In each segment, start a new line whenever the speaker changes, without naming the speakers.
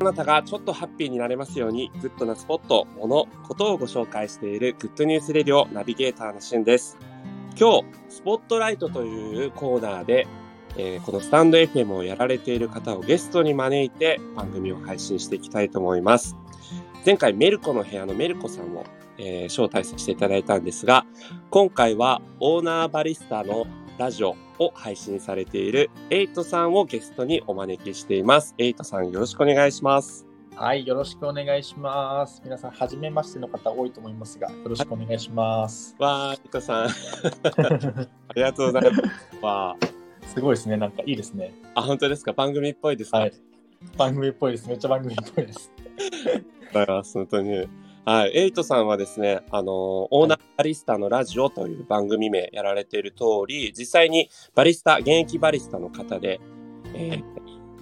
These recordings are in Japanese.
あなたがちょっとハッピーになれますように、グッドなスポット、もの、ことをご紹介しているグッドニュースレディオナビゲーターのしゅんです。今日、スポットライトというコーナーで、えーこのスタンド FM をやられている方をゲストに招いて番組を配信していきたいと思います。前回メルコの部屋のメルコさんを、えー招待させていただいたんですが、今回はオーナーバリスタのラジオを配信されているエイトさんをゲストにお招きしています。エイトさんよろしくお願いします。
はい、よろしくお願いします。皆さん、初めましての方多いと思いますが、よろしくお願い します。
わー、エイトさんありがとうございます。わー
すごいですね、なんかいいですね。
あ、本当ですか番組っぽいですか、
はい。番組っぽいです。めっちゃ番組っぽいです。
ございます。本当に。はい。エイトさんはですね、あのー、オーナーバリスタのラジオという番組名やられている通り、実際にバリスタ、現役バリスタの方で、えー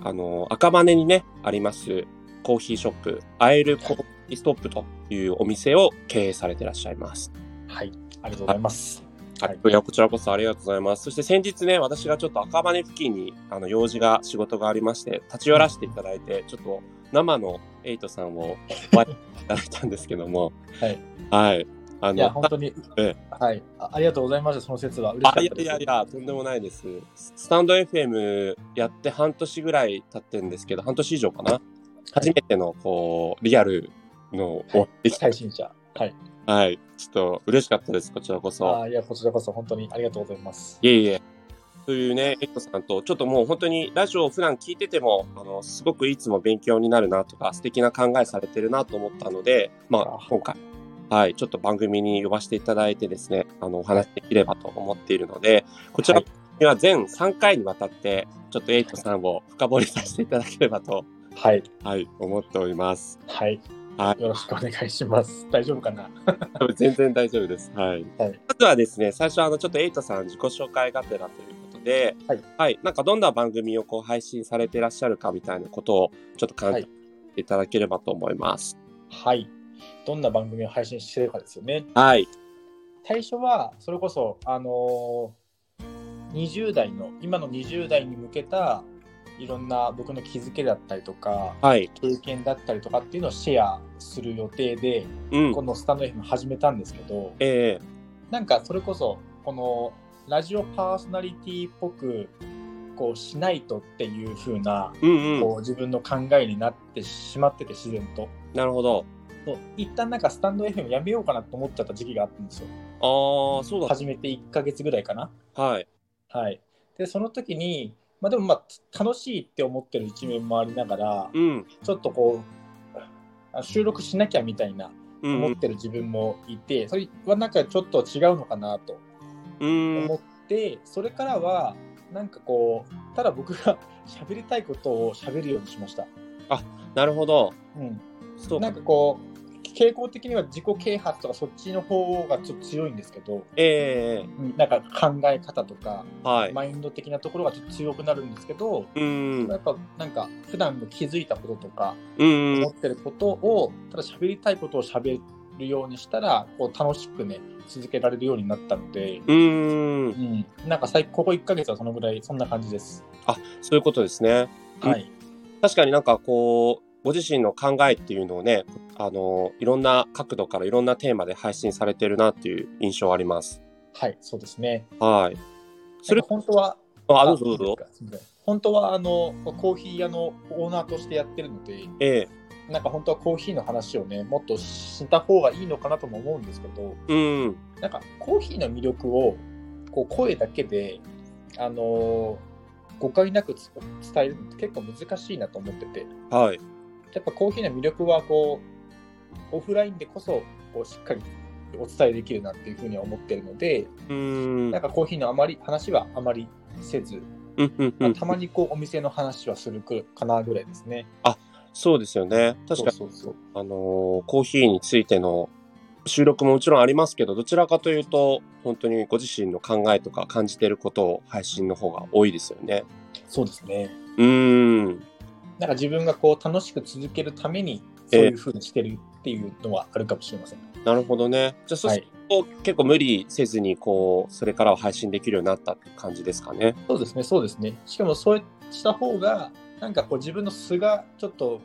あのー、赤羽にね、あります、コーヒーショップ、アエルコーヒーストップというお店を経営されていらっしゃいます。
はい、ありがとうございます。
は
はいい、
いやこちらこそありがとうございます。そして先日ね、私がちょっと赤羽付近にあの用事が、仕事がありまして、立ち寄らせていただいて、ちょっと生のエイトさんをお会いいただいたんですけども、
はい、
はい。あ
いや、
の
本、当に
え、
はいあ、ありがとうございました、その説は。嬉しかっ
あ
た
い
で
や
す。
いやいや、とんでもないです。ススタンド FM やって半年ぐらい経ってるんですけど、半年以上かな。初めての、こう、リアルのをできた
配。信者。はい。
はい。ちょっと嬉しかったです、こちらこそ。
あいや、こちらこそ本当にありがとうございます。
いえいえ。というね、エットさんと、ちょっともう本当にラジオを普段聞いてても、あの、すごくいつも勉強になるなとか、素敵な考えされてるなと思ったので、まあ
あ、
今回、はい、ちょっと番組に呼ばせていただいてですね、あの、お話できればと思っているので、こちらには全3回にわたって、ちょっとエイトさんを深掘りさせていただければと、
はい、
はい、思っております。
はい。
はい
よろしくお願いします。大丈夫かな
多分全然大丈夫です。はい。
はい
まずはですね、最初、あの、ちょっとエイトさん自己紹介がてらということで、
はい。
なんかどんな番組をこう配信されていらっしゃるかみたいなことを、ちょっと考えていただければと思います。
はい。どんな番組を配信してるかですよね。
はい。
最初はそれこそあのー20代の今の20代に向けたいろんな僕の気づけだったりとか
はい。
経験だったりとかっていうのをシェアする予定で
うん
こ。のスタンド FM 始めたんですけど
ええ
なんかそれこそこのラジオパーソナリティっぽくこうしないとっていう風な
うんうん。
こう自分の考えになってしまってて自然と
なるほど。
そう一旦なんかスタンド FM やめようかなと思っちゃった時期があったんですよ
ああ、そうだ。
始めて1ヶ月ぐらいかな
はい。
はい、でその時に、まあ、でもまあた楽しいって思ってる一面もありながら、
うん。
ちょっとこうあ収録しなきゃみたいな
うんう
思っ
ん。
てる自分もいて、それはなんかちょっと違うのかなと
うん
思って、それからはなんかこうただ僕が 喋りたいことを喋るようにしました。
なるほど。
うん、
そう
な
か
ん。かこう傾向的には自己啓発とかそっちの方がちょっと強いんですけど、
ええ
うんなんか考え方とか
はい。
マインド的なところがちょっと強くなるんですけど、
うん。
やっぱなんか普段の気づいたこととか
うんう
思
ん。
ってることをただ喋りたいことを喋るようにしたらこう楽しくね続けられるようになったので、
うん
う。ん、なんか最ここ1ヶ月はそのぐらいそんな感じです。
あ、そういうことですね。
はい、
確かになんかこうご自身の考えっていうのをねあのいろんな角度からいろんなテーマで配信されてるなっていう印象あります。
はい、そうですね。
はい。それ
なんか本当は
あどうぞどうぞ。
すみません本当はあのコーヒー屋のオーナーとしてやってるので
ええ
なんか本当はコーヒーの話をねもっとした方がいいのかなとも思うんですけど
うん
なんかコーヒーの魅力をこう声だけで、あのー誤解なくつ伝えるのって結構難しいなと思ってて
はい
やっぱコーヒーの魅力はこうオフラインでこそこうしっかりお伝えできるなっていうふうには思ってるので
うん
なんかコーヒーのあまり話はあまりせず、
うんうんう
まあ
ん
たまにこうお店の話はするくかなぐらいですね。
そうですよね確かに
そうそうそう
あのーコーヒーについての収録ももちろんありますけどどちらかというと本当にご自身の考えとか感じてることを配信の方が多いですよね。
そうですね。
うん
なんか自分がこう楽しく続けるためにそういうふうにしてるっていうのはあるかもしれません。
なるほどね。じゃあそし
は
て
い
こう結構無理せずにこうそれからは配信できるようになったって感じですかね。
そうですね、そうですね。しかもそうした方が、なんかこう自分の素がちょっと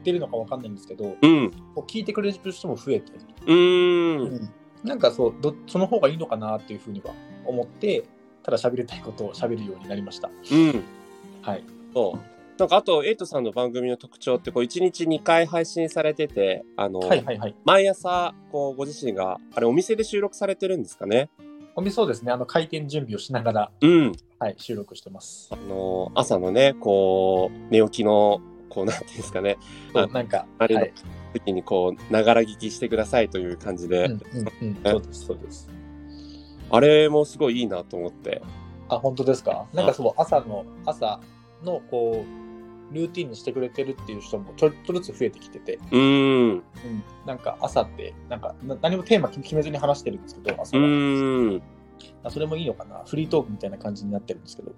ってるのかわかんないんですけど、
うん。
こう聞いてくれる人も増えて、
うーん。
なんかそうどその方がいいのかなっていうふうには思ってただ喋りたいことを喋るようになりました。
うん。
はい、
そう。なんかあと、エイトさんの番組の特徴って、こう、1日2回配信されてて、あの、
はい、はいはい
毎朝、こう、ご自身が、あれ、お店で収録されてるんですかね。
おみそうですねあの開店準備をしながら、
うん。
はい、収録してます
あ。の、朝のね、こう、寝起きの、こう、なんていうんですかね、
そうなんか
あれ
はい
時に、こう、ながら聞きしてくださいという感じで、
うんうんうん、そうですそうです。
あれもすごいいいなと思って。
あ本当ですかなんかそう朝の朝のこうルーティンにしてくれてるっていう人もちょっとずつ増えてきてて、
うーん。
うん、なんか朝ってなんかな何もテーマ決めずに話してるんですけど朝
う
は、
ーん。
あそれもいいのかなフリートークみたいな感じになってるんですけど
い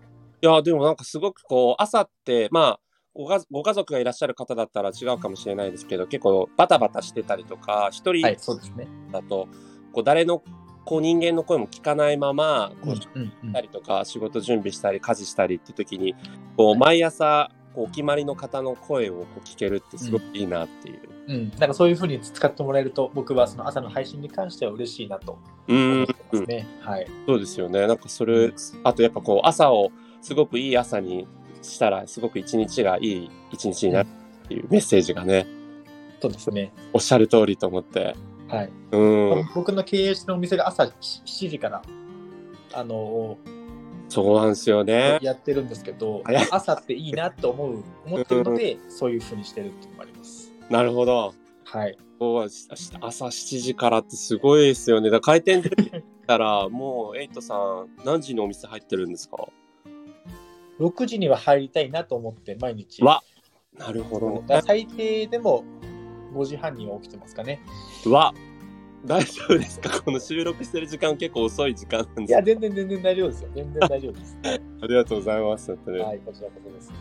や、でもなんかすごくこう、朝って、まあ、ごがご家族がいらっしゃる方だったら違うかもしれないですけど、結構バタバタしてたりとか、一人
はいそうですね
だと、こう誰のこう人間の声も聞かないまま、こう、し
うんうん
たりとか、仕事準備したり、家事したりって時に、こう、毎朝、こう、お決まりの方の声をこう聞けるってすごくいいなっていう。
うん、なんかそういうふうに使ってもらえると僕はその朝の配信に関しては嬉しいなと
う
思
ん
って、ますね。はい、
そうですよね。なんかそれ、あとやっぱこう、朝をすごくいい朝にしたら、すごく一日がいい一日になるっていうメッセージがね、
そうですね。
おっしゃる通りと思って。
はい、
うん、
僕の経営してるお店が朝7時からあの
そうなんですよね。
やってるんですけど
早い、
朝っていいなと思う思ってるので、そういうふうにしてるっていうのもあります。
なるほど。
はい、
そうし朝7時からってすごいですよね。だから開店できた ら、もうエイトさん、何時にお店入ってるんですか
6時には入りたいなと思って毎日。
わなるほど
だか
ね
ら。最低でも5時半には起きてますかね。
わ大丈夫ですかこの収録してる時間結構遅い時間なんで
い
す
や、全然全然大丈夫ですよ。全然大丈夫 です。
ありがとうございます。本当に
はい、こちらこそです。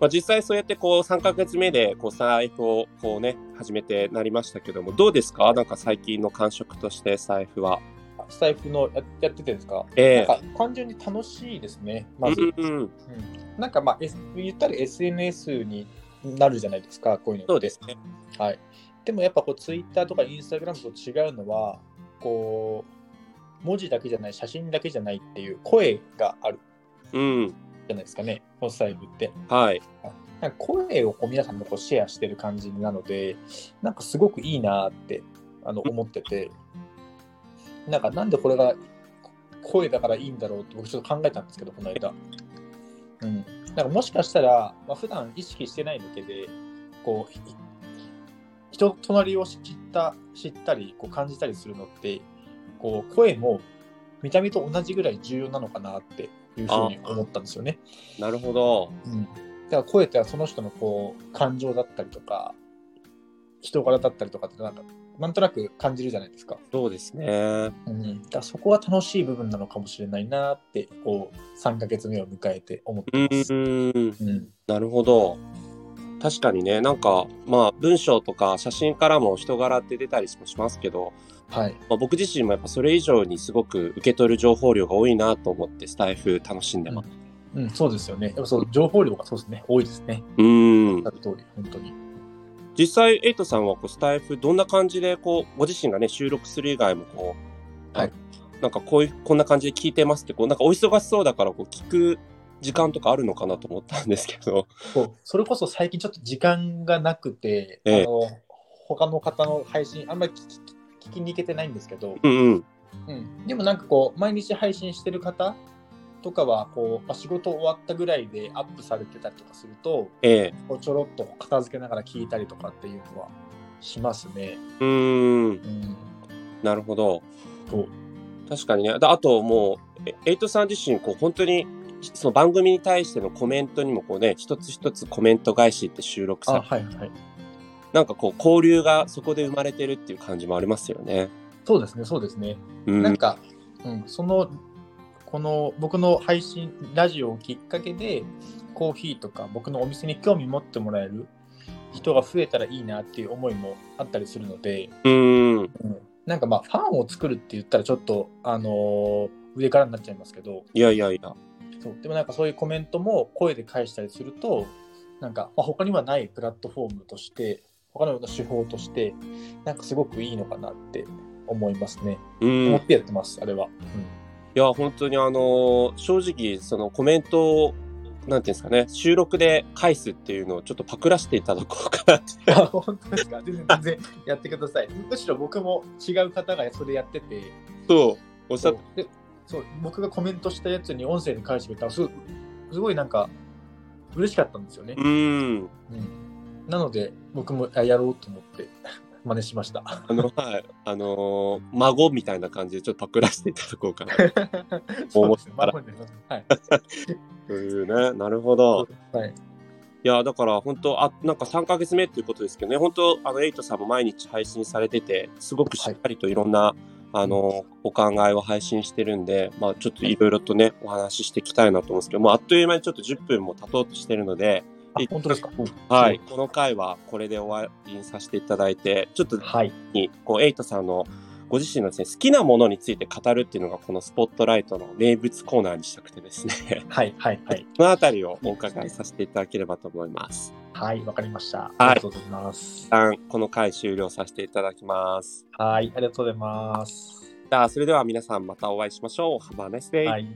まあ、実際そうやってこう3ヶ月目でこう財布をこうね始めてなりましたけどもどうですかなんか最近の感触として財布は。
スタイフのややっててですか
え
なん
え
か単純に楽しいですね、まず。
うんうん、
うんなんかまあ、S、言ったら SNS になるじゃないですか、こういうのって
そうですね。
はい、でもやっぱこう、ツイッターとかインスタグラムと違うのは、こう、文字だけじゃない、写真だけじゃないっていう声がある
うん
じゃないですかね、このスタイフって。
はい。
なんか声をこう皆さんとこうシェアしてる感じなので、なんかすごくいいなってあの思ってて、なんかなんでこれが声だからいいんだろうって僕ちょっと考えたんですけど、この間。うん。なんかもしかしたら、まあ、普段意識してないだけで、こう、ひ人となりを知った、知ったり、こう感じたりするのって、こう声も見た目と同じぐらい重要なのかなっていうふうに思ったんですよね。
なるほど。
うん、だから声ってその人のこう感情だったりとか人柄だったりとかってなんかなんとなく感じるじゃないですか,、
そうですね。
うん、だからそこは楽しい部分なのかもしれないなってこう3ヶ月目を迎えて思っ
う
てます、
ん
うん
なるほど。確かにねなんかまあ文章とか写真からも人柄って出たりもしますけど、
はい、
まあ、僕自身もやっぱそれ以上にすごく受け取る情報量が多いなと思ってスタイフ楽しんでます。
うん、そうですよねやっぱそう情報量がそうですね多いですね
うん
おっしゃる通り本当に
実際エイトさんはこうスタイフどんな感じでこうご自身がね収録する以外もこう、
はい
なんかこういうこんな感じで聞いてますってこうなんかお忙しそうだからこう聞く時間とかあるのかなと思ったんですけど
そうそれこそ最近ちょっと時間がなくて、
ええ
あの他の方の配信あんまり聞き聞きに行けてないんですけど、
うんうん
うん、でもなんかこう毎日配信してる方とかはこう、まあ、仕事終わったぐらいでアップされてたりとかすると
ええ
こうちょろっと片付けながら聞いたりとかっていうのはしますね。
うーん
うん、
なるほど
そう
確かにねだあともうえエイトさん自身こう本当にその番組に対してのコメントにもこうね一つ一つコメント返しって収録
あ
さ
はいはい。
なんかこう交流がそこで生まれてるっていう感じもありますよね。
そうですねそうですね。
う
なん
ん、
か、うん、そのこの僕の配信ラジオをきっかけでコーヒーとか僕のお店に興味持ってもらえる人が増えたらいいなっていう思いもあったりするので。
うん
なんかまあファンを作るって言ったらちょっとあのー上からになっちゃいますけど
いやいやいや
そうでもなんかそういうコメントも声で返したりするとなんか、まあ、他にはないプラットフォームとして、他の手法として、なんかすごくいいのかなって思いますね。
うん、い
思ってやってます、あれは。
や本当にあの正直そのコメントをなんていうんですかね収録で返すっていうのをちょっとパクらせていただこうかなって
うん、 あ本当ですか全然全然やってください。むしろ僕も違う方がそれやってて、
そうおっしゃ
そ
っ
うでそう僕がコメントしたやつに音声に返してくれたらすごいすごいなんか嬉しかったんですよね。
うん
うんなので僕もあやろうと思って 真似しま した。
あのはいあのー孫みたいな感じでちょっとパクらせていただこうかな
そうですね。まあ本人のはい。
というねなるほど
はい。
いやだから本当あなんか3ヶ月目っていうことですけどね本当あのエイトさんも毎日配信されててすごくしっかりといろんな、あのお考えを配信してるんで、まあ、ちょっといろいろとねお話ししていきたいなと思うんですけど、もうあっという間にちょっと10分も経とうとしてるので、
あ本当ですか。
はい、この回はこれで終わりにさせていただいてちょっと
はい。
にこうエイトさんのご自身のです、ね、好きなものについて語るっていうのがこのスポットライトの名物コーナーにしたくてですね
はい。はい。はい。
そのあたりをお伺いさせていただければと思います。
はい。わかりました。
い
ありがとうございます
一。旦この回終了させていただきます。
はい。ありがとうございます。
じゃあそれでは皆さんまたお会いしましょう。Have a nice day!
はい。